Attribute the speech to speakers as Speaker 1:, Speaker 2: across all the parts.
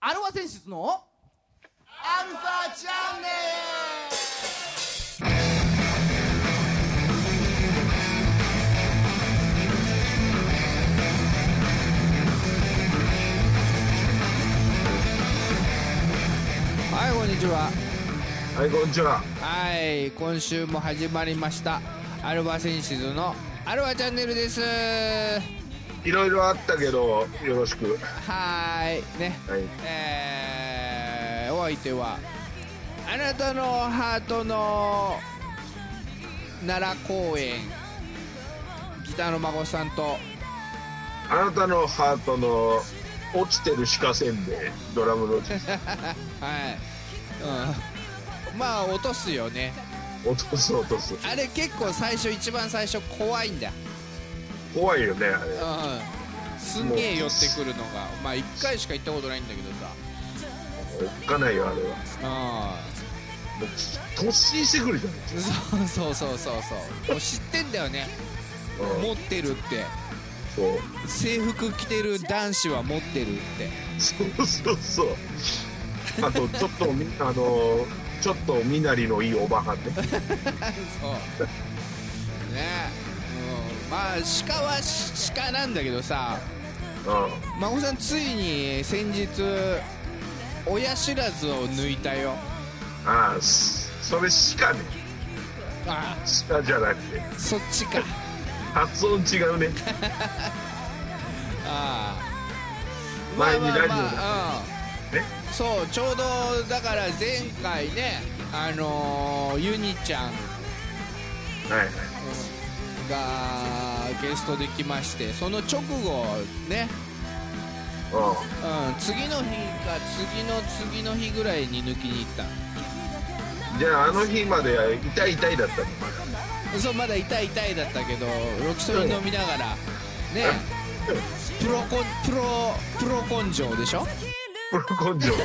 Speaker 1: アルファ選出のアルファチャンネ
Speaker 2: はいこんにちは
Speaker 3: はい、こんにちは。
Speaker 2: はい今週も始まりましたアルバセンシズのアルバチャンネルです
Speaker 3: いろいろあったけど、よろしく。
Speaker 2: はーいね
Speaker 3: はい。
Speaker 2: えー、お相手はあなたのハートの奈良公園ギターの孫さんと
Speaker 3: あなたのハートの落ちてる鹿せんべい、ドラムの
Speaker 2: はい、うん、まあ落とすよね
Speaker 3: 落とす落とす。
Speaker 2: あれ結構最初一番最初怖いんだ
Speaker 3: 怖いよね、あれ。
Speaker 2: うんすんげえ寄ってくるのがまあ1回しか行ったことないんだけどさ
Speaker 3: おっかないよ、あれは。
Speaker 2: う
Speaker 3: もう突進してくるじゃ
Speaker 2: んそうそうそうそうそうもう知ってんだよね
Speaker 3: ん。うん、
Speaker 2: 持ってるって
Speaker 3: そう。
Speaker 2: 制服着てる男子は持ってるって
Speaker 3: そうそうそう。あと、ちょっとみ、あの、ちょっと身なりのいいおばはんね。
Speaker 2: そうねうんまあ鹿は鹿なんだけどさ
Speaker 3: う
Speaker 2: 孫さんついに先日親知らずを抜いたよ
Speaker 3: ん。ああ、すそれ鹿ね。
Speaker 2: あ
Speaker 3: 鹿じゃなくて。
Speaker 2: そっちか
Speaker 3: 発音違うね。
Speaker 2: ああ
Speaker 3: 前にラジオだ
Speaker 2: うん
Speaker 3: ね
Speaker 2: そうちょうどだから前回ねあのー、ユニちゃん
Speaker 3: はいはい。
Speaker 2: がゲストできましてその直後ね、
Speaker 3: う
Speaker 2: うん、次の日か次の次の日ぐらいに抜きに行っ
Speaker 3: ん。じゃあ、あの日まで痛い痛いだったのかな。
Speaker 2: たそうまだ痛い痛いだったけどロキソニン飲みながらねプロコンプロプロ根性でしょ
Speaker 3: プロ根性がね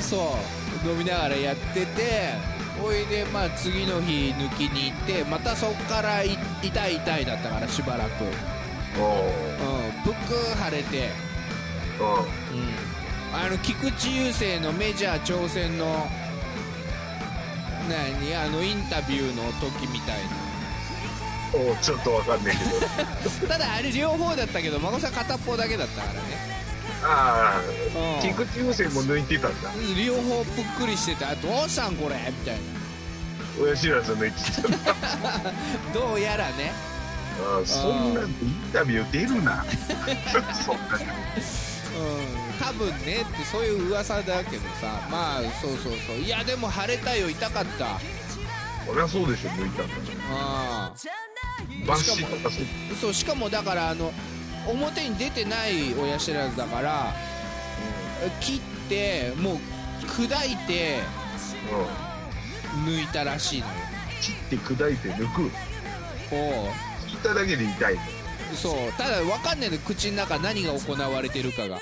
Speaker 2: そう飲みながらやってておいでまあ次の日抜きに行ってまたそっからい痛い痛いだったからしばらく、うん、
Speaker 3: おお
Speaker 2: ブックー腫れて、
Speaker 3: お
Speaker 2: うん、あの菊池雄星のメジャー挑戦の何あのインタビューの時みたい
Speaker 3: おおちょっとわかんないけど
Speaker 2: なただあれ両方だったけど孫さん片方だけだったからね
Speaker 3: あ
Speaker 2: うん
Speaker 3: あ菊池雄星も抜いてたんだ
Speaker 2: 両方ぷっくりしててあどうしたんこれみたい
Speaker 3: 親知らず抜いてたんだ
Speaker 2: などうやらね
Speaker 3: ああそんなんでインタビュー出るなそんなに
Speaker 2: うん多分ねってそういう噂だけどさまあそうそうそういやでも腫れたよ痛かった
Speaker 3: そりゃそうでしょ抜いたんだから
Speaker 2: あ
Speaker 3: バッシとかそう
Speaker 2: そうしかもだからあの表に出てない親知らずだから切ってもう砕いて
Speaker 3: うんうん
Speaker 2: 抜いたらしいのよ
Speaker 3: 切って砕いて抜く
Speaker 2: お
Speaker 3: 切っただけで痛いの
Speaker 2: うそうただ分かんないの口の中何が行われてるかが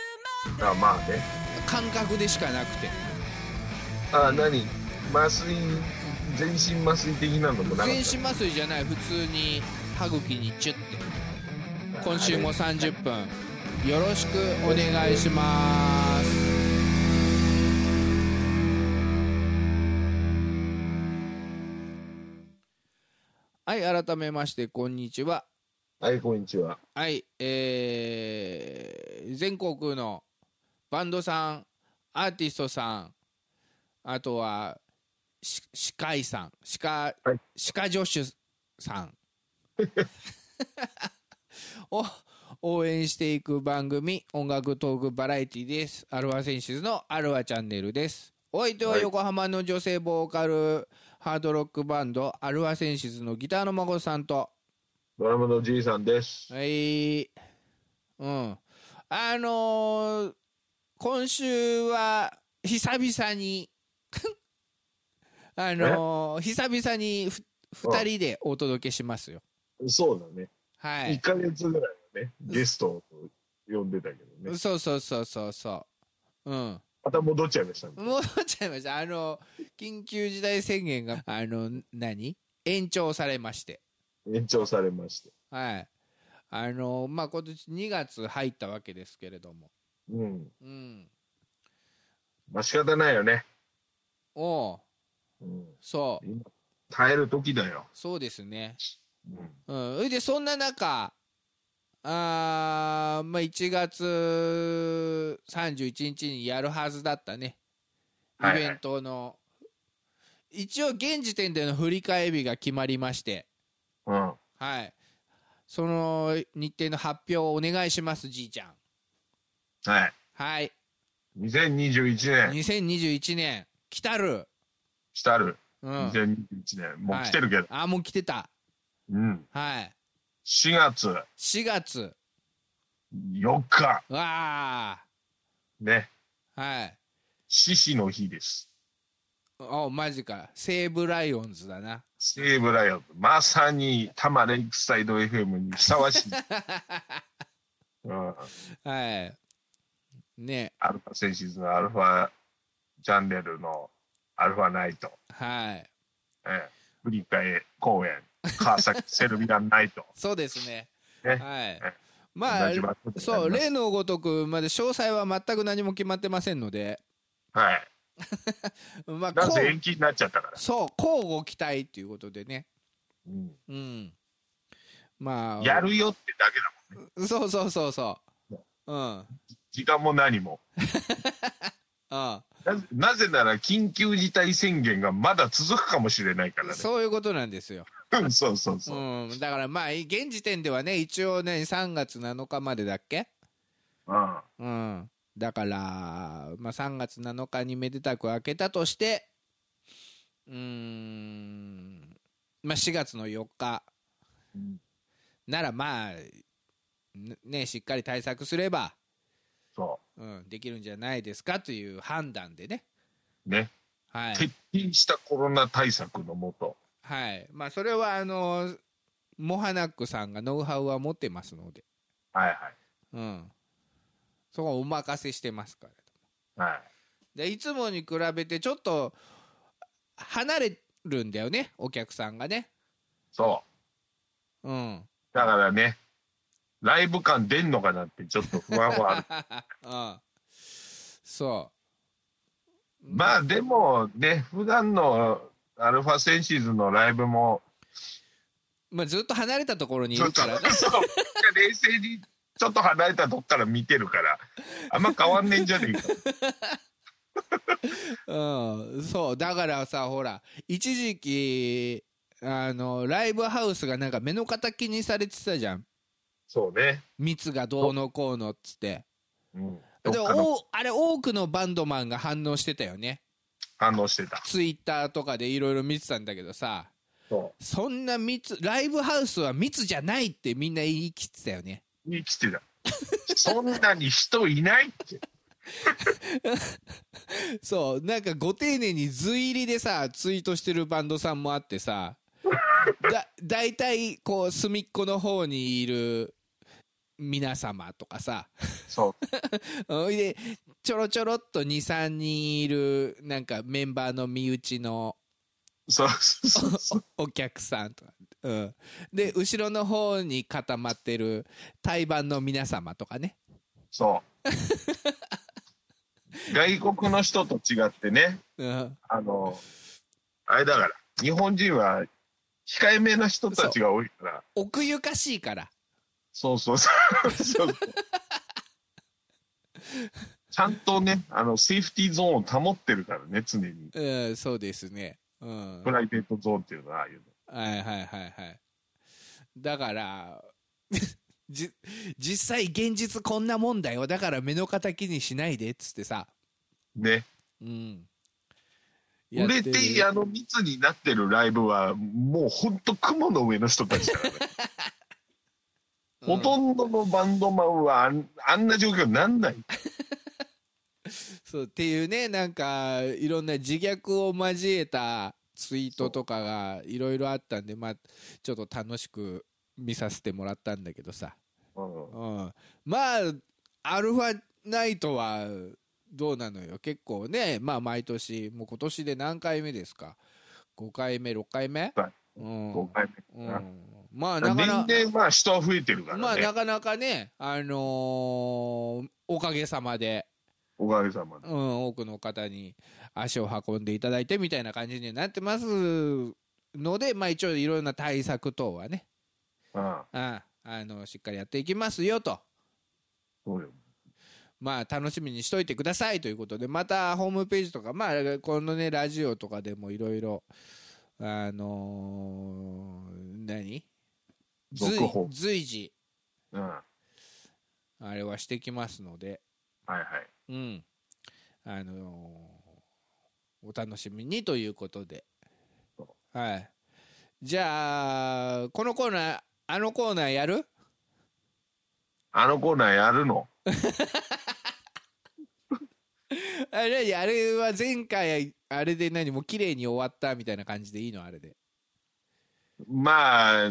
Speaker 3: ああまあね
Speaker 2: 感覚でしかなくて
Speaker 3: ああ何麻酔全身麻酔的なのもなかった
Speaker 2: 全身麻酔じゃない普通に歯茎にチュッて今週も30分よろしくお願いしますはい改めましてこんにちは
Speaker 3: はいこんにちは
Speaker 2: はいえー全国のバンドさんアーティストさんあとはし歯科医さん歯科、
Speaker 3: はい
Speaker 2: 歯科助手さん を応援していく番組音楽トークバラエティですアルファセンシズのアルファチャンネルですお相手は
Speaker 3: はい
Speaker 2: 横浜の女性ボーカルハードロックバンドアルファセンシズのギターの孫さんと
Speaker 3: ドラムのじいさんです
Speaker 2: はい。うん。あのー今週は久々に、 あのー久々にふ2人でお届けしますよ。
Speaker 3: そうだね
Speaker 2: は
Speaker 3: 1
Speaker 2: い。
Speaker 3: か月ぐらいはね、ゲストを呼んでたけどね、
Speaker 2: そうそうそうそうそう。うん。
Speaker 3: また戻っちゃいましたね。
Speaker 2: 戻っちゃいました。あの、緊急事態宣言が、あの、何延長されまして。
Speaker 3: 延長されまして。
Speaker 2: はい。あの、まあ、今年2月入ったわけですけれども。
Speaker 3: うん。
Speaker 2: うん。
Speaker 3: まあ仕方ないよね。
Speaker 2: おう
Speaker 3: うん、
Speaker 2: そう、
Speaker 3: 耐える時だよ。
Speaker 2: そうですね。
Speaker 3: う
Speaker 2: う
Speaker 3: ん
Speaker 2: ん。それで、そんな中、あーまあ、1月31日にやるはずだったね、イベントの、一応、現時点での振り替え日が決まりまして、
Speaker 3: うん。
Speaker 2: はい。その日程の発表をお願いします、じいちゃん。
Speaker 3: はい。
Speaker 2: はい。
Speaker 3: 2021年、
Speaker 2: 2021年、来たる。
Speaker 3: 来たる。
Speaker 2: うん。
Speaker 3: 2021年。もう来てるけど。
Speaker 2: あ、もう来てた。
Speaker 3: うん。
Speaker 2: はい。
Speaker 3: 4月
Speaker 2: 4月。
Speaker 3: 4日、
Speaker 2: わ
Speaker 3: ね。
Speaker 2: あ。はい。
Speaker 3: 獅子の日です。
Speaker 2: お、マジか。西武ライオンズだな。
Speaker 3: 西武ライオンズ。まさに、多摩レイクサイド FM にふさ わしい。うん。
Speaker 2: はい。ね。
Speaker 3: アルファセンシズのアルファチャンネルのアルファナイト、
Speaker 2: はい。
Speaker 3: ええ、振り替え公演、川崎セルビアンナイト、
Speaker 2: そうですね。
Speaker 3: ね
Speaker 2: はい
Speaker 3: ね。
Speaker 2: まあ
Speaker 3: 同じ場所、でやります
Speaker 2: そう、例のごとく、まで詳細は全く何も決まってませんので、
Speaker 3: はい。
Speaker 2: まあ、
Speaker 3: なん
Speaker 2: こ
Speaker 3: せ
Speaker 2: う
Speaker 3: 延期になっちゃったから。
Speaker 2: そう、交互期待ということでね。
Speaker 3: うん
Speaker 2: うん。まあ、
Speaker 3: やるよってだけだもん。
Speaker 2: そうそうそうそう。うん。うん。
Speaker 3: 時間も何も。なぜなぜなら緊急事態宣言がまだ続くかもしれないからね。
Speaker 2: そういうことなんですよ。
Speaker 3: うんそうそうそう。
Speaker 2: うん。だからまあ、現時点ではね、一応ね、3月7日までだっけ
Speaker 3: うん
Speaker 2: うん。だから、まあ3月7日にめでたく開けたとして、うーん。まあ4月の4日
Speaker 3: うん
Speaker 2: ならまあ、ねね、しっかり対策すれば、
Speaker 3: そ
Speaker 2: うん、できるんじゃないですかという判断でね。
Speaker 3: う。ね。
Speaker 2: はい。
Speaker 3: 徹底したコロナ対策のもと。
Speaker 2: はい。まあ、それは、あの、モハナックさんがノウハウは持ってますので、
Speaker 3: はいはい。
Speaker 2: うん。そこはお任せしてますから。
Speaker 3: はい。
Speaker 2: で、いつもに比べて、ちょっと、離れるんだよね、お客さんがね。
Speaker 3: そう。
Speaker 2: うん。
Speaker 3: だからね、ライブ感出んのかなってちょっと不安 はある。
Speaker 2: うん。そ
Speaker 3: まあでもね、普段のアルファセンシズのライブも、
Speaker 2: う。まあ、ずっと離れたところにい
Speaker 3: ちょ
Speaker 2: る
Speaker 3: っと、
Speaker 2: からね。
Speaker 3: そう冷静にちょっと離れたとこから見てるから、あんま変わんねえんじゃねえ か。
Speaker 2: うん。そう。だからさ、ほら、一時期、あの、ライブハウスがなんか目の敵にされてたじゃん。
Speaker 3: そうね。
Speaker 2: 密がどうのこうのっつって。
Speaker 3: うん。ど
Speaker 2: で
Speaker 3: っかの
Speaker 2: おあれ多くのバンドマンが反応してたよね
Speaker 3: 反応してた。
Speaker 2: ツイッターとかでいろいろ見てたんだけどさ
Speaker 3: そ
Speaker 2: そんな密ライブハウスは密じゃないってみんな言い切ってたよね
Speaker 3: う。生きてた。そんなに人いないって。
Speaker 2: そうなんかご丁寧に図入りでさツイートしてるバンドさんもあってさだ大体こう隅っこの方にいる皆様とかさ
Speaker 3: そ
Speaker 2: うんでちょろちょろっと23人いるなんかメンバーの身内の
Speaker 3: う。そうそうそう。
Speaker 2: お客さんとか、うん、で後ろの方に固まってる対バンの皆様とかね
Speaker 3: そう。外国の人と違ってね、
Speaker 2: うん
Speaker 3: あの、あれだから、日本人は控えめな人たちが多いから、
Speaker 2: 奥ゆかしいから
Speaker 3: そうそうそうそ うそう。ちゃんとね、あの、セーフティーゾーンを保ってるからね、常に。
Speaker 2: うんそうですねうん
Speaker 3: プ
Speaker 2: はい
Speaker 3: ライベートゾーンっていうのは、ああいうの。
Speaker 2: はいはいはいだから じ実際現実こんなもんだよだから目の敵にしないでっつってさ
Speaker 3: ね。
Speaker 2: うん
Speaker 3: 売れ、
Speaker 2: やってる
Speaker 3: あの、密になってるライブは、もうほんと雲の上の人たちだからね。
Speaker 2: う
Speaker 3: ほとんどのバンドマンはあんあんな状況になんない。
Speaker 2: そうっていうねなんかいろんな自虐を交えたツイートとかがいろいろあったんでまあちょっと楽しく見させてもらったんだけどさ、
Speaker 3: うん
Speaker 2: うん、まあアルファナイトはどうなのよ結構ねまあ毎年もう今年で何回目ですか5回目6回目、
Speaker 3: はい
Speaker 2: うん
Speaker 3: 5回目
Speaker 2: う
Speaker 3: かな、
Speaker 2: んまあなかなか、
Speaker 3: 年々まあ人は増えてるからね、
Speaker 2: まあなかなかね、あのーおかげさまで、
Speaker 3: おかげさまで
Speaker 2: うん、多くの方に足を運んでいただいてみたいな感じになってますので、まあ一応いろんな対策等はね、
Speaker 3: ああ
Speaker 2: ああの、しっかりやっていきますよと。
Speaker 3: そうよ
Speaker 2: まあ楽しみにしといてくださいということで、またホームページとか、まあこのね、ラジオとかでもいろいろ、あのー何随
Speaker 3: 続報
Speaker 2: 随時、
Speaker 3: うんは
Speaker 2: あれはしてきますので、
Speaker 3: いはい
Speaker 2: うん。あのーお楽しみにということで
Speaker 3: そ。
Speaker 2: はい。じゃあ、このコーナー、あのコーナーやる
Speaker 3: あのコーナーやるの
Speaker 2: あれ何あれは前回、あれで何もう綺麗に終わったみたいな感じでいいのあれで。
Speaker 3: まあ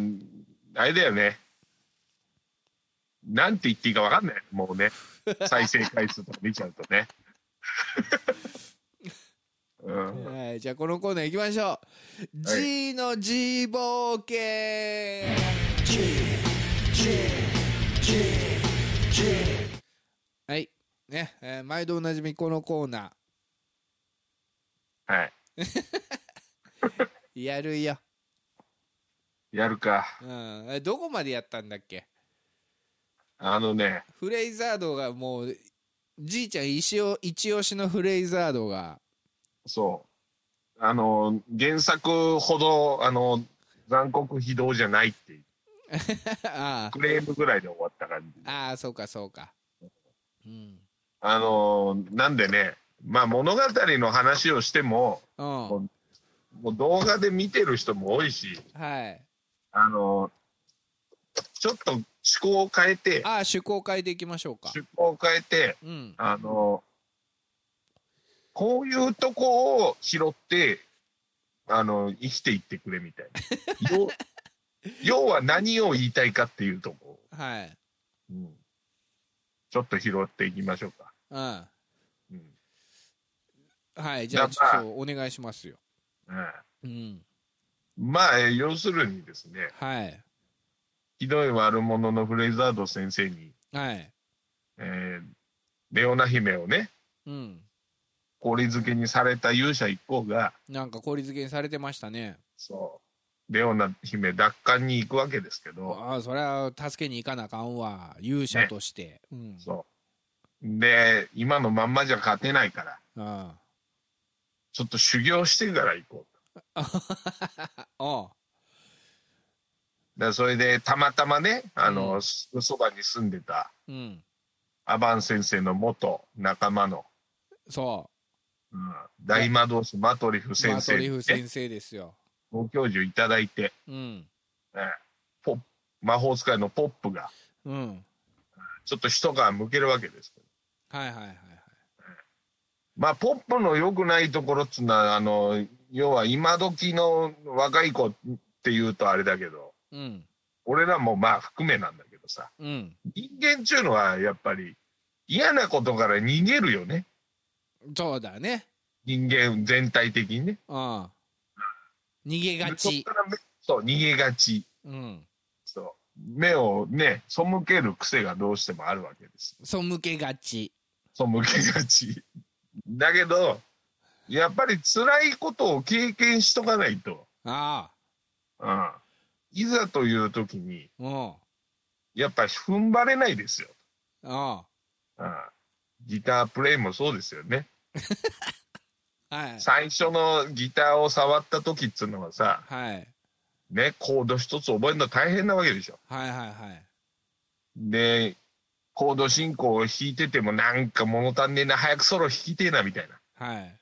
Speaker 3: あれだよねなんて言っていいか分かんないもうね再生回数とか見ちゃうと ねうん
Speaker 2: はい、じゃあこのコーナー行きましょう。G の G 冒険 G, G, G, G はい。ね、えー毎度おなじみこのコーナ
Speaker 3: はい
Speaker 2: ー、やるよ。
Speaker 3: やるか
Speaker 2: うん。えどこまでやったんだっけ
Speaker 3: あのね
Speaker 2: フレイザードがもう、じいちゃん一押一押しのフレイザードが、
Speaker 3: そうあの原作ほどあの残酷非道じゃないっていう
Speaker 2: あ
Speaker 3: クレームぐらいで終わった感じ
Speaker 2: あ、ああ、そうかそうか。うん。
Speaker 3: あのなんでねまあ物語の話をしても
Speaker 2: うん。
Speaker 3: こもう動画で見てる人も多いし
Speaker 2: はい。
Speaker 3: あのちょっと趣向を変えて
Speaker 2: ああ、趣向を変えていきましょうか。
Speaker 3: 趣向を変えて
Speaker 2: うん。
Speaker 3: あのこういうとこを拾ってあの生きていってくれみたいな要要は何を言いたいかっていうとこ、
Speaker 2: はい。
Speaker 3: うんちょっと拾っていきましょうか、
Speaker 2: うん。
Speaker 3: うん
Speaker 2: はい、じゃあ、
Speaker 3: じ
Speaker 2: ち
Speaker 3: ゃあ
Speaker 2: ょっとお願いしますよ。うん。
Speaker 3: うんまあえ要するにですね
Speaker 2: はい。
Speaker 3: ひどい悪者のフレイザード先生に、
Speaker 2: はい。
Speaker 3: えーレオナ姫をね
Speaker 2: うん。
Speaker 3: 氷漬けにされた勇者一行が
Speaker 2: なんか氷漬けにされてましたね。
Speaker 3: そうレオナ姫奪還に行くわけですけど
Speaker 2: ああ、それは助けに行かなあかんわ。勇者として。うん。
Speaker 3: そうで今のまんまじゃ勝てないから
Speaker 2: あ
Speaker 3: ちょっと修行してから行こう
Speaker 2: あ。ああ。
Speaker 3: だからそれでたまたまねあの、
Speaker 2: うん
Speaker 3: すそばに住んでた
Speaker 2: うん。
Speaker 3: アバン先生の元仲間の、
Speaker 2: そ
Speaker 3: うん、大魔導士マトリフ
Speaker 2: う。マ
Speaker 3: 先
Speaker 2: ト
Speaker 3: 生
Speaker 2: リ
Speaker 3: にね
Speaker 2: フ先生ですよ。
Speaker 3: ご教授いただいて
Speaker 2: うん。
Speaker 3: 魔法使いのポップが
Speaker 2: うん。
Speaker 3: ちょっと一皮向けるわけですけど
Speaker 2: はいはいはいはい。
Speaker 3: まあポップの良くないところっつうのはあの要は今時の若い子っていうとあれだけど
Speaker 2: うん。
Speaker 3: 俺らもまあ含めなんだけどさ
Speaker 2: うん。
Speaker 3: 人間っちゅうのはやっぱり嫌なことから逃げるよね
Speaker 2: そうだね。
Speaker 3: 人間全体的にね。
Speaker 2: ああ。逃げが
Speaker 3: そっ
Speaker 2: ち。
Speaker 3: から目そう逃げがち
Speaker 2: うん。
Speaker 3: そう目をね背ける癖がどうしてもあるわけです
Speaker 2: 背けがち。
Speaker 3: 背けがちだけどやっぱり辛いことを経験しとかないと、
Speaker 2: ああ。
Speaker 3: うん、いざという時に
Speaker 2: うん。あ
Speaker 3: やっぱ踏ん張れないですよ、
Speaker 2: あ。
Speaker 3: うん、ギタープレイもそうですよね
Speaker 2: はい。
Speaker 3: 最初のギターを触った時っつうのはさ
Speaker 2: はい。
Speaker 3: ねコード一つ覚えるの大変なわけでしょ
Speaker 2: はいはいはい。
Speaker 3: で、コード進行を弾いててもなんか物足んねえな、早くソロ弾きてえなみたい
Speaker 2: はい。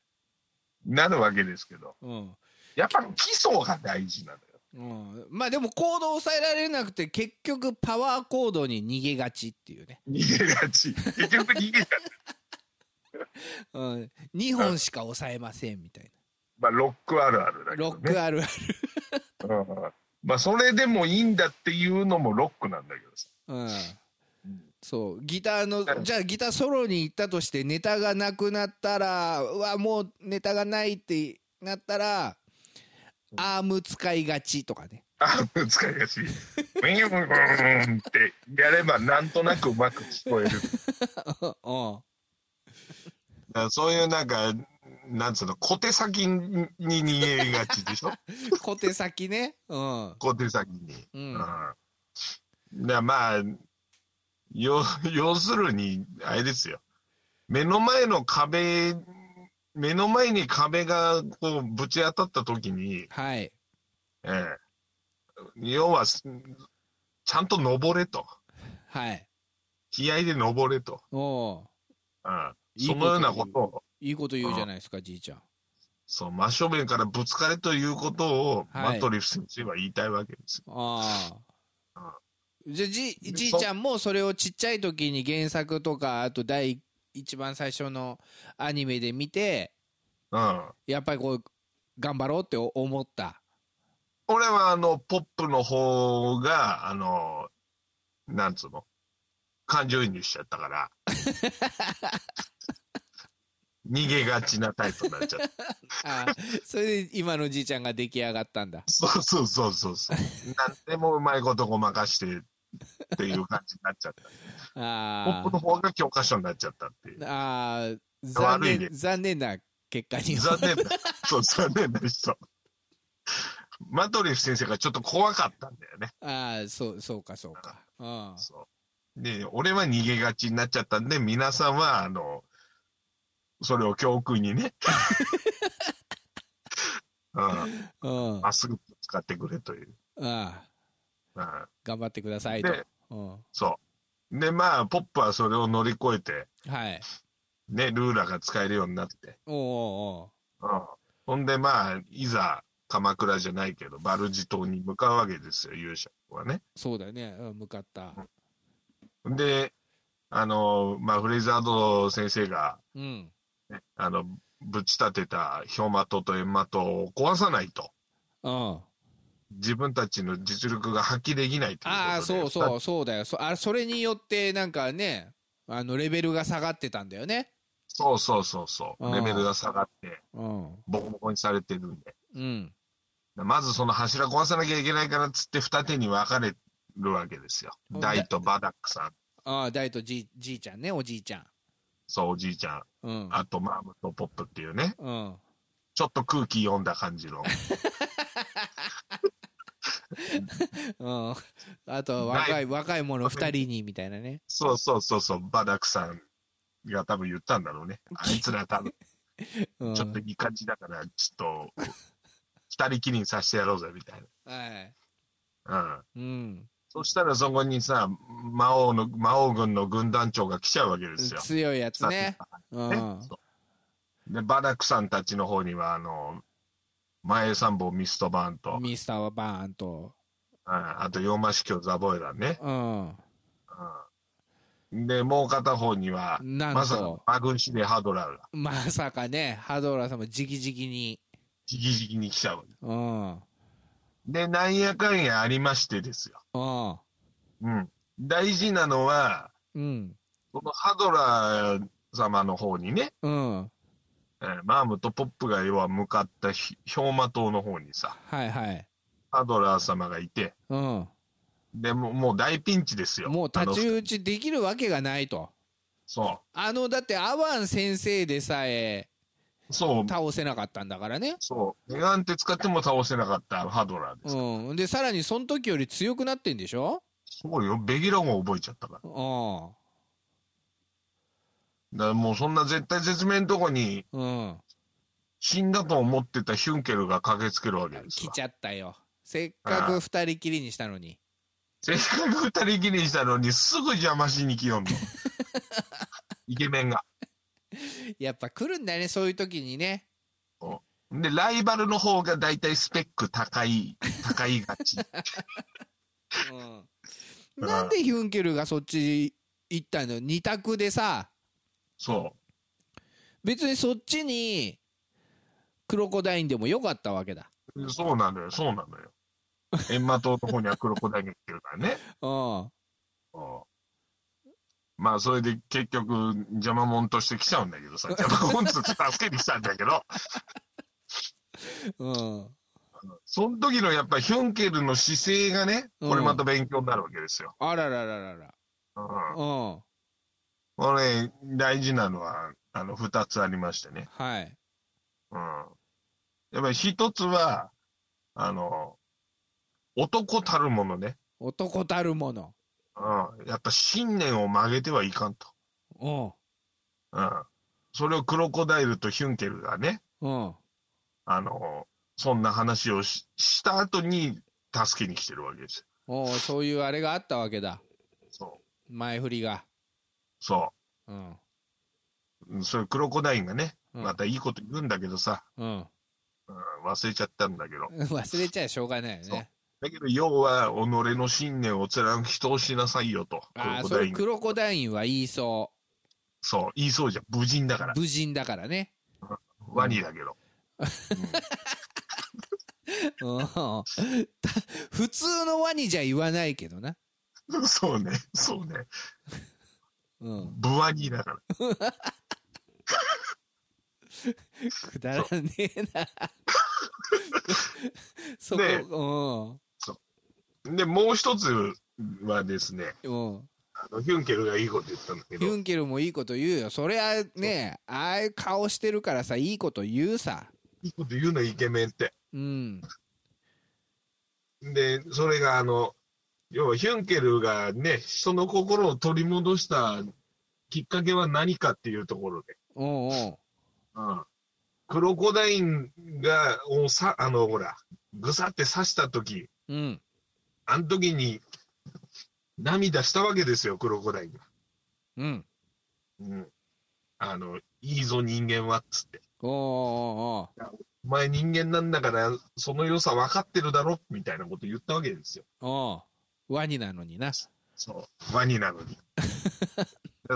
Speaker 3: な、なるわけですけど、
Speaker 2: うん。
Speaker 3: やっぱ基礎が大事なのよ。
Speaker 2: うん、まあでも行動を抑えられなくて結局パワー行動に逃げがちっていうね、
Speaker 3: 逃げがち。結局逃げがち。
Speaker 2: うん、2本しか抑えませんみたい
Speaker 3: まあロックあるあるだ
Speaker 2: な
Speaker 3: けど
Speaker 2: ロ
Speaker 3: ね。
Speaker 2: ックあるある、
Speaker 3: うんまあそれでもいいんだっていうのもロックなんだけどさ。
Speaker 2: うん、そうギターのじゃあギターソロに行ったとしてネタがなくなったらうわもうネタがないってなったらアーム使いがちとかね
Speaker 3: あ難しい。ウィンウィンってやればなんとなくうまく聞こえる。
Speaker 2: うん
Speaker 3: だからそういうなんか、なんつうの、小手先に逃げがちでしょ
Speaker 2: 小手先ねうん
Speaker 3: 小手先に。
Speaker 2: う
Speaker 3: うんん。だからまあ、よ、要するに、あれですよ。目の前の壁、目の前に壁がこうぶち当たった時に、
Speaker 2: はい
Speaker 3: ええ要は、すちゃんと登れと。
Speaker 2: はい
Speaker 3: 気合で登れと。
Speaker 2: おう
Speaker 3: うん。
Speaker 2: いい
Speaker 3: そ
Speaker 2: こと
Speaker 3: のようなことを、
Speaker 2: いいこと言うじゃないですかじいちゃん
Speaker 3: そう、真正面からぶつかれということを、
Speaker 2: はい
Speaker 3: マトリフ先生は言いたいわけですよ。
Speaker 2: ああじゃあじ
Speaker 3: で
Speaker 2: じい
Speaker 3: そ
Speaker 2: ちゃんもそれをちっちゃい時に原作とかあと第一番最初のアニメで見て
Speaker 3: うん。
Speaker 2: やっぱりこう頑張ろうって思った
Speaker 3: 俺は、あの、ポップの方が、あの、なんつうの、感情移入しちゃった から、逃げがちなタイプになっちゃった。
Speaker 2: ああ それで今のじいちゃんが出来上がったんだ
Speaker 3: そうそうそうそうそう。なんでもうまいことごまかしてっていう感じになっちゃった。ポ
Speaker 2: あ
Speaker 3: ップの方が教科書になっちゃったっていう
Speaker 2: あ。ああ残
Speaker 3: 悪いね
Speaker 2: 念残念な結果に
Speaker 3: 残念だ。 そう、残念な人。マトリフ先生がちょっと怖かったんだよね。
Speaker 2: ああそうそうかそうかうん
Speaker 3: そう。で、俺は逃げがちになっちゃったんで、皆さんは、あの、それを教訓 にね。うん。
Speaker 2: うん
Speaker 3: ま
Speaker 2: あ
Speaker 3: っすぐ使ってくれという。
Speaker 2: あ
Speaker 3: うん。
Speaker 2: 頑張ってくださいと
Speaker 3: で
Speaker 2: うん
Speaker 3: そう。で、まあ、ポップはそれを乗り越えて、
Speaker 2: はい
Speaker 3: ね、ルーラーが使えるようになって。
Speaker 2: おうおうおう
Speaker 3: うん。ほんで、まあ、いざ、鎌倉じゃないけど、バルジ島に向かうわけですよ、勇者はね。
Speaker 2: そうだねうん向かった
Speaker 3: で、あの、まあ、フレイザード先生が、
Speaker 2: うん
Speaker 3: ねあの、ぶち立てた氷マトと閻魔トを壊さないと。
Speaker 2: うん
Speaker 3: 自分たちの実力が発揮できないということで。
Speaker 2: ああそうそうそうだよそあそれによってなんかねあのレベルが下がってたんだよね
Speaker 3: そうそうそうそう。レベルが下がって、
Speaker 2: うん
Speaker 3: ボコボコにされてるんで。
Speaker 2: うん
Speaker 3: まずその柱壊さなきゃいけないからっつって二手に分かれるわけですよ。
Speaker 2: うん
Speaker 3: ダイとバダックさん、
Speaker 2: ああ大とじいじいちゃんねおじいちゃん
Speaker 3: そうおじいちゃん、
Speaker 2: うん
Speaker 3: あとマームとポップっていうね、
Speaker 2: うん
Speaker 3: ちょっと空気読んだ感じの。
Speaker 2: うんあと若い若い者二人にみたいなね
Speaker 3: そうそうそうそう、バダックさんが多分言ったんだろうね。あいつら多分
Speaker 2: うん
Speaker 3: ちょっといい感じだから、ちょっと、二人きりにさせてやろうぜ、みたい
Speaker 2: はい
Speaker 3: な。うん。
Speaker 2: うん
Speaker 3: そしたらそこにさ、魔王の、魔王軍の軍団長が来ちゃうわけですよ。
Speaker 2: 強いやつねう
Speaker 3: ね
Speaker 2: ん
Speaker 3: そうで、バダクさんたちの方には、あの、前三本ミストバーンと、うん
Speaker 2: ミスターはバーンと
Speaker 3: あと、洋間司教ザボエラね。
Speaker 2: うん
Speaker 3: うんで、もう片方には、
Speaker 2: なんと
Speaker 3: まさかのマグンシでハドラーが、
Speaker 2: まさかねハドラー様直々に
Speaker 3: じきじきに来ちゃうわけ。
Speaker 2: うんうん
Speaker 3: で、なんやかんやありましてですよ。うん。大事なのは、
Speaker 2: うん
Speaker 3: このハドラー様の方にね、
Speaker 2: うん
Speaker 3: えーマームとポップが要は向かったひ氷馬島の方にさ、
Speaker 2: はいはい
Speaker 3: ハドラー様がいて、
Speaker 2: うん
Speaker 3: でもうもう大ピンチですよ。
Speaker 2: もう太
Speaker 3: あの
Speaker 2: 刀打ちできるわけがないと
Speaker 3: そ
Speaker 2: あのだってアワン先生でさえ
Speaker 3: う。そう。
Speaker 2: 倒せなかったんだからね
Speaker 3: そう。メガンテ使っても倒せなかったハドラーです。
Speaker 2: うんでさらにその時より強くなってんでしょ
Speaker 3: そうよ。ベギラゴン覚えちゃったから。
Speaker 2: う
Speaker 3: だからもうそんな絶対絶命のとこに
Speaker 2: んうん
Speaker 3: 死んだと思ってたヒュンケルが駆けつけるわけです
Speaker 2: 来
Speaker 3: わ。
Speaker 2: ちゃったよせっかく二人きりにしたのに
Speaker 3: せっかく二人きりにしたのにすぐ邪魔しに来よんの。イケメンが。
Speaker 2: やっぱ来るんだよねそういう時にね
Speaker 3: で、ライバルの方が大体スペック高い、高いがち。
Speaker 2: うんなんでヒュンケルがそっち行ったの二択でさ
Speaker 3: そ
Speaker 2: 別にそっちにクロコダインでもよかったわけだ
Speaker 3: う。そうなのよ、そうなのよ。閻魔島の方には黒子だけ来てるからね。
Speaker 2: うん
Speaker 3: うんまあ、それで結局、邪魔者として来ちゃうんだけどさ、邪魔者として助けに来たんだけど、
Speaker 2: うん
Speaker 3: うんその時のやっぱヒュンケルの姿勢がね、これまた勉強になるわけですよ。
Speaker 2: あららららら
Speaker 3: う
Speaker 2: ら。
Speaker 3: ん。
Speaker 2: うん。
Speaker 3: これ、大事なのは、あの、二つありましてね。
Speaker 2: はい。
Speaker 3: うん。やっぱり一つは、あの、男たるものね。
Speaker 2: 男たるもの。
Speaker 3: うん。やっぱ信念を曲げてはいかんと。
Speaker 2: う
Speaker 3: うん。それをクロコダイルとヒュンケルがね、
Speaker 2: ん。うん。
Speaker 3: あの、そんな話をしした後に助けに来てるわけですよ。
Speaker 2: おうそういうあれがあったわけだ。
Speaker 3: そう。
Speaker 2: 前振りが。
Speaker 3: そ
Speaker 2: うん。
Speaker 3: ううん。それクロコダイルがね、
Speaker 2: うん
Speaker 3: またいいこと言うんだけどさ、
Speaker 2: うん。
Speaker 3: うん、忘れちゃったんだけど。
Speaker 2: 忘れちゃしょうがないよね。
Speaker 3: だけど、要は、己の信念を貫き通しなさいよと。
Speaker 2: ああ、
Speaker 3: ク
Speaker 2: そ
Speaker 3: ロコダイ
Speaker 2: れ
Speaker 3: ル
Speaker 2: クロコダインは言いそ
Speaker 3: そう、言いそうじゃん。無人だから
Speaker 2: う。。無人だからね。
Speaker 3: ワニだけど。
Speaker 2: うん。 た普通のワニじゃ言わないけどな。
Speaker 3: うんそうね、そうね。
Speaker 2: うん。
Speaker 3: ブワニだから。
Speaker 2: くだらねえ な。そ
Speaker 3: ねえ
Speaker 2: こ、
Speaker 3: で、もう一つはですね、
Speaker 2: うん。うん。
Speaker 3: あのヒュンケルがいいこと言ったんだけ
Speaker 2: ヒュ
Speaker 3: ど、
Speaker 2: ンケルもいいこと言うよ。そりゃね、ああいう顔してるからさ、いいこと言うさ。
Speaker 3: いいこと言うのイケメンって。
Speaker 2: うん。
Speaker 3: で、それがあの、要はヒュンケルがね、人の心を取り戻したきっかけは何かっていうところで、
Speaker 2: おうおう。
Speaker 3: うん。クロコダインが、をさ、あの、ほら、ぐさって刺した時
Speaker 2: うん。
Speaker 3: あの時に、涙したわけですよ、クロコダインが。
Speaker 2: うん。
Speaker 3: うん。あの、いいぞ人間は、つって。
Speaker 2: おうおうおう
Speaker 3: お前人間なんだから、その良さ分かってるだろみたいなこと言ったわけですよ。
Speaker 2: おうワニなのにな。
Speaker 3: そう。ワニなのに。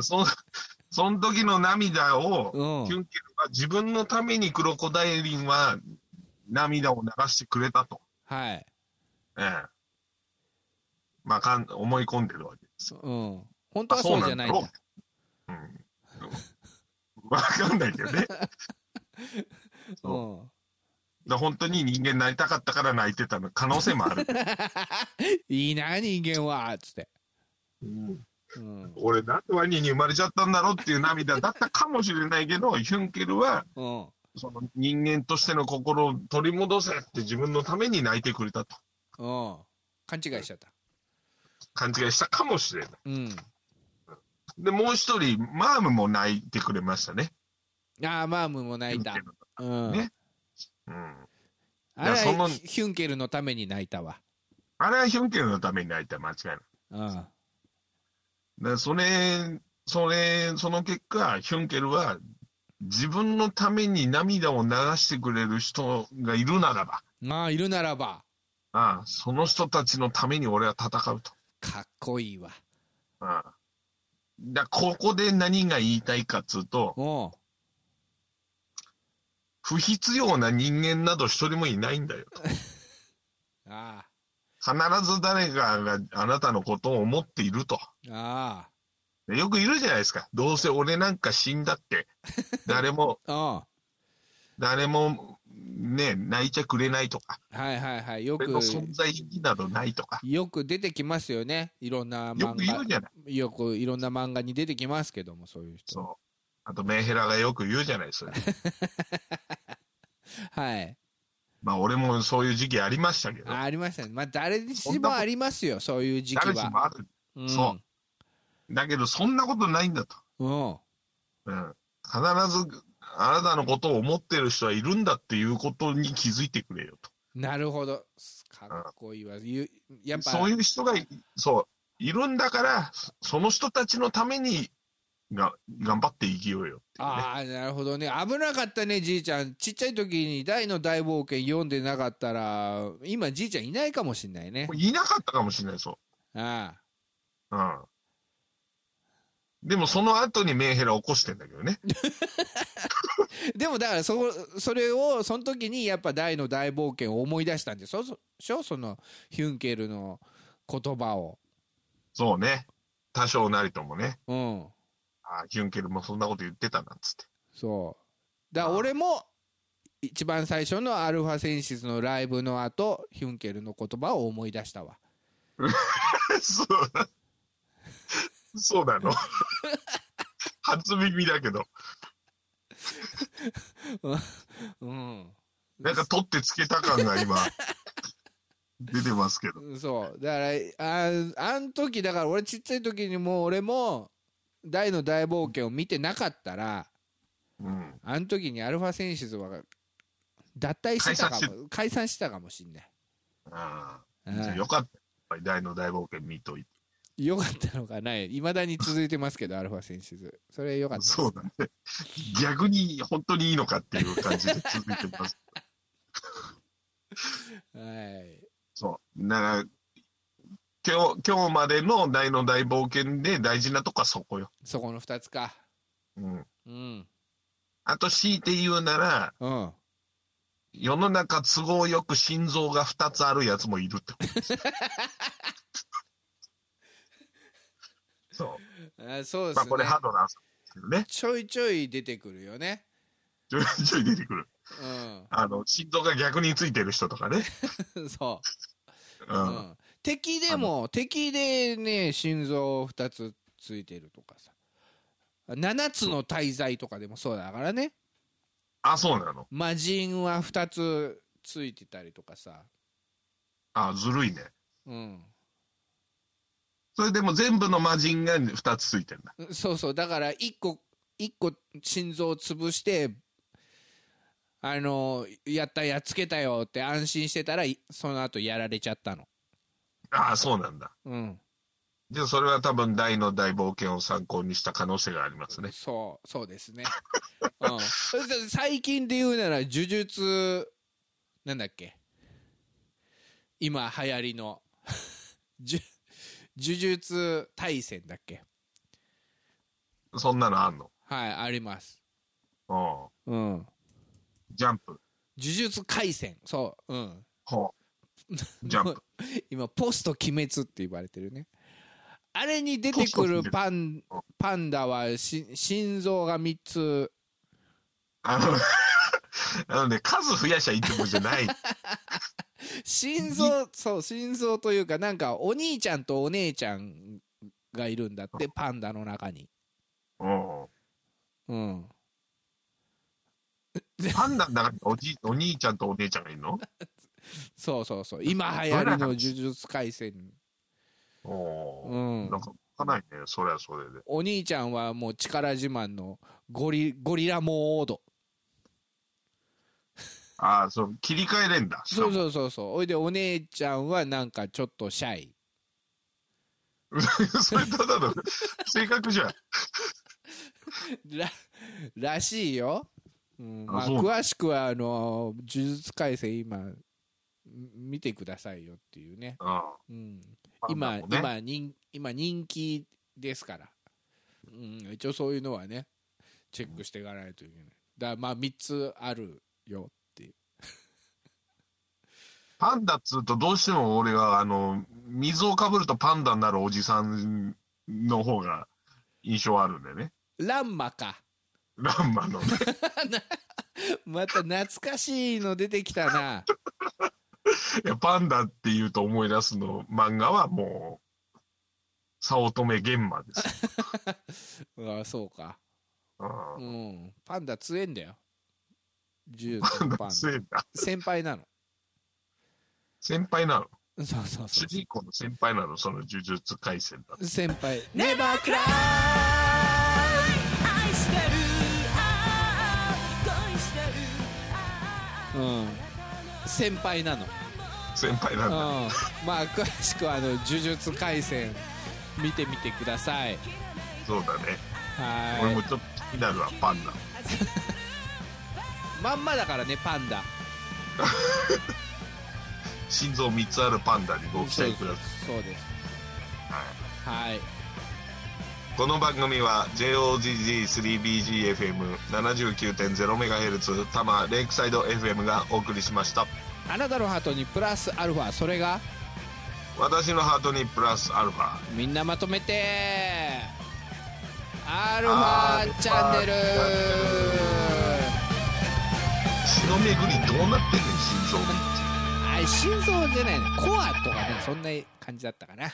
Speaker 3: そ、その時の涙を、
Speaker 2: うん
Speaker 3: キュ。ンケルは自分のためにクロコダイリンは涙を流してくれたと。
Speaker 2: はい。
Speaker 3: ええ。まあ、かん、思い込んでるわけですよ。
Speaker 2: うん。本当はそうじゃないんだ。
Speaker 3: うん。わかんないけどね。
Speaker 2: う
Speaker 3: ろ
Speaker 2: ん。
Speaker 3: だ本当に人間になりたかったから泣いてたの可能性もある。
Speaker 2: いいな、人間は。つって。
Speaker 3: うん
Speaker 2: うん。
Speaker 3: 俺なんでワニに生まれちゃったんだろうっていう涙だったかもしれないけど、ヒュンケルは、
Speaker 2: うん。
Speaker 3: その人間としての心を取り戻せって自分のために泣いてくれたと
Speaker 2: うん。勘違いしちゃった。
Speaker 3: 勘違いしたかもしれない。
Speaker 2: うん。
Speaker 3: で、もう一人、マームも泣いてくれましたね。
Speaker 2: ああ、マームも泣いた
Speaker 3: ヒュン。ケ
Speaker 2: うん。
Speaker 3: ねルうん。
Speaker 2: あれは
Speaker 3: だからその
Speaker 2: ヒュンケルのために泣いたわ。
Speaker 3: あれはヒュンケルのために泣いた、間違いない。
Speaker 2: うん。
Speaker 3: で、それ、それ、その結果、ヒュンケルは、自分のために涙を流してくれる人がいるならば、
Speaker 2: まあ、いるならば、
Speaker 3: ああ、その人たちのために俺は戦うと。
Speaker 2: かっこいいわ。
Speaker 3: ああだここで何が言いたいかっつうと、
Speaker 2: おう
Speaker 3: 不必要な人間など一人もいないんだよと。
Speaker 2: あ
Speaker 3: 必ず誰かがあなたのことを思っていると。
Speaker 2: あ、あ
Speaker 3: でよくいるじゃないですか。どうせ俺なんか死んだって。誰も、
Speaker 2: あ、
Speaker 3: 誰も、ね、泣いちゃくれないとか、
Speaker 2: うん。はいはいはい。よ
Speaker 3: 俺
Speaker 2: く、
Speaker 3: の存在意義などないとか、
Speaker 2: よく出てきますよね。いろんな
Speaker 3: よ
Speaker 2: 漫
Speaker 3: く言う
Speaker 2: 画。
Speaker 3: じゃない。
Speaker 2: よくいろんな漫画に出てきますけども、そういう人。
Speaker 3: そう。あと、メンヘラがよく言うじゃないですか。
Speaker 2: はい。
Speaker 3: まあ、俺もそういう時期ありましたけど、
Speaker 2: あありましたね。まあ、誰に
Speaker 3: そ
Speaker 2: し
Speaker 3: ん
Speaker 2: も
Speaker 3: なこと
Speaker 2: ありますよ、そういう時期
Speaker 3: 誰し
Speaker 2: は。
Speaker 3: もある。
Speaker 2: うん、
Speaker 3: そだけど、そんなことないんだと。
Speaker 2: う。うん。
Speaker 3: うん必ずあなたのことを思ってる人はいるんだっていうことに気づいてくれよと。
Speaker 2: なるほど。かっこいいわ。ゆやっぱ、
Speaker 3: そういう人がい、そう、いるんだから、そその人たちのためにが頑張って生きようよっていうね。
Speaker 2: ああ、なるほどね。危なかったね、じいちゃん。ちっちゃい時に大の大冒険読んでなかったら、今じいちゃんいないかもしんないね。
Speaker 3: いなかったかもしれない、そ
Speaker 2: ああ。
Speaker 3: う。うん。でもその後にメンヘラ起こしてんだけどね。
Speaker 2: でもだから、そ、それを、その時にやっぱ大の大冒険を思い出したんで、そう、そしょその、ヒュンケルの言葉を。
Speaker 3: そうね。多少なりともね。
Speaker 2: うん。
Speaker 3: ああ、ヒュンケルもそんなこと言ってたなんつって。
Speaker 2: そう。だから俺も、一番最初のアルファセンシスのライブの後ヒュンケルの言葉を思い出したわ
Speaker 3: そうだ。そうなの。初耳だけど。
Speaker 2: うん
Speaker 3: なんか取ってつけた感が今、出てますけど。
Speaker 2: そうだからああん時だから俺ちっちゃい時にもう俺も大の大冒険を見てなかったら
Speaker 3: うん。
Speaker 2: あの時にアルファセンシスは脱退してたかも解散してたかもしんない、
Speaker 3: あ
Speaker 2: う
Speaker 3: あ。じゃあ
Speaker 2: ん
Speaker 3: よかった。やっぱり大の大冒険見といて。
Speaker 2: よかったのかないいまだに続いてますけどアルファセンシスそれよかったです
Speaker 3: そうだね。逆に本当にいいのかっていう感じで続いてます。
Speaker 2: はい
Speaker 3: そう。だから、今日、今日までの大の大冒険で大事なとこはそこよ。
Speaker 2: そこの2つか
Speaker 3: うん。
Speaker 2: うん
Speaker 3: あと強いて言うなら、
Speaker 2: うん
Speaker 3: 世の中都合よく心臓が2つあるやつもいるっ てことですそ
Speaker 2: あそうで
Speaker 3: う。
Speaker 2: す
Speaker 3: まあ
Speaker 2: ね、
Speaker 3: これハードなんですけどね。
Speaker 2: ちょいちょい出てくるよね
Speaker 3: ちょいちょい出てくる。あの、心臓が逆についてる人とかね。
Speaker 2: うん そう
Speaker 3: う。
Speaker 2: うんん敵でも敵でね心臓2つついてるとかさ7つの大罪とかでもそうだからね
Speaker 3: あ、そうなの。
Speaker 2: 魔人は2つついてたりとかさ
Speaker 3: あ、ずるいね。
Speaker 2: うん
Speaker 3: それでも全部の魔人が2つついてるんだ。
Speaker 2: そうそうだから1個一個心臓を潰してあのやったやっつけたよって安心してたらいその後やられちゃったの
Speaker 3: あ、そうなんだ。
Speaker 2: うん
Speaker 3: じゃあそれは多分大の大冒険を参考にした可能性がありますね。
Speaker 2: そうそうですね、 うんそれで、最近で言うなら呪術なんだっけ今流行りの 呪呪術大戦だっけ
Speaker 3: そんなのあんの
Speaker 2: はいあります
Speaker 3: うん。
Speaker 2: うん呪
Speaker 3: ジャンプ。
Speaker 2: 術廻戦そううん
Speaker 3: ほう。ジャンプ。
Speaker 2: 今ポスト鬼滅って言われてるねあれに出てくるパンパンダはし心臓が3つ
Speaker 3: あの、あの ね、数増やしゃいいってことじゃ ない。
Speaker 2: 心臓そう心臓というかなんかお兄ちゃんとお姉ちゃんがいるんだってパンダの中に
Speaker 3: うん。
Speaker 2: うん
Speaker 3: パンダの中におじ、お兄ちゃんとお姉ちゃんがいるの
Speaker 2: そうそうそう今流行りの呪術廻戦う
Speaker 3: お
Speaker 2: ん
Speaker 3: お。なんか、かないね。それはそれで。
Speaker 2: お兄ちゃんはもう力自慢のゴリゴリラモード
Speaker 3: ああ、そう、切り替えれんだ。
Speaker 2: そう
Speaker 3: う。
Speaker 2: そうそうそうおいでお姉ちゃんはなんかちょっとシャイ
Speaker 3: それただの、性格じゃん。
Speaker 2: ららしいよ、うん
Speaker 3: あ
Speaker 2: まあ、
Speaker 3: そうなの
Speaker 2: 詳しくはあの呪術廻戦今ん見てくださいよっていうね、
Speaker 3: うん。
Speaker 2: うん、
Speaker 3: パンダ
Speaker 2: 今
Speaker 3: もね
Speaker 2: 今人今人気ですから、うん、一応そういうのはねチェックしていかないといけないだからまあ3つあるよっていう
Speaker 3: パンダっつうと、どうしても俺は、あの、水をかぶるとパンダになるおじさんの方が印象あるんだよね。
Speaker 2: ランマか
Speaker 3: ランマのね。
Speaker 2: また懐かしいの出てきた ない
Speaker 3: や、パンダっていうと思い出すの漫画はもう、早乙女玄馬です。
Speaker 2: ああそうか
Speaker 3: うん
Speaker 2: うんパンダ強えんだよ呪術
Speaker 3: パン
Speaker 2: のパ
Speaker 3: ダ
Speaker 2: ンダ
Speaker 3: 強いんだ。
Speaker 2: 先輩なの
Speaker 3: 先輩なの。
Speaker 2: そうそうそ
Speaker 3: 主人公の先輩なの、その呪術廻戦だ。
Speaker 2: う。先輩。
Speaker 4: Never cry 愛してるああ恋してるああ
Speaker 2: うん。先輩なの。うん。
Speaker 3: 先輩なんだ。
Speaker 2: まあ、詳しくは、あの、呪術廻戦、見てみてください。
Speaker 3: そうだね。俺も
Speaker 2: は
Speaker 3: ちょっと気になるわ、パンダ。
Speaker 2: い。まんまだからね、パンダ。
Speaker 3: 心臓3つあるパンダにご期
Speaker 2: そう
Speaker 3: 待
Speaker 2: です
Speaker 3: ください。。
Speaker 2: そうです。はい。
Speaker 3: この番組は JOGG3BGFM79.0MHz 多摩レイクサイド FM がお送りしました
Speaker 2: あなたのハートにプラスアルファ、それが、
Speaker 3: 私のハートにプラスアルファ
Speaker 2: みんなまとめて、アルファチャンネル
Speaker 3: アルファチャンネルの巡りどうなってんねん心臓ビッチ
Speaker 2: あれ心臓じゃないねコアとかねそんな感じだったかな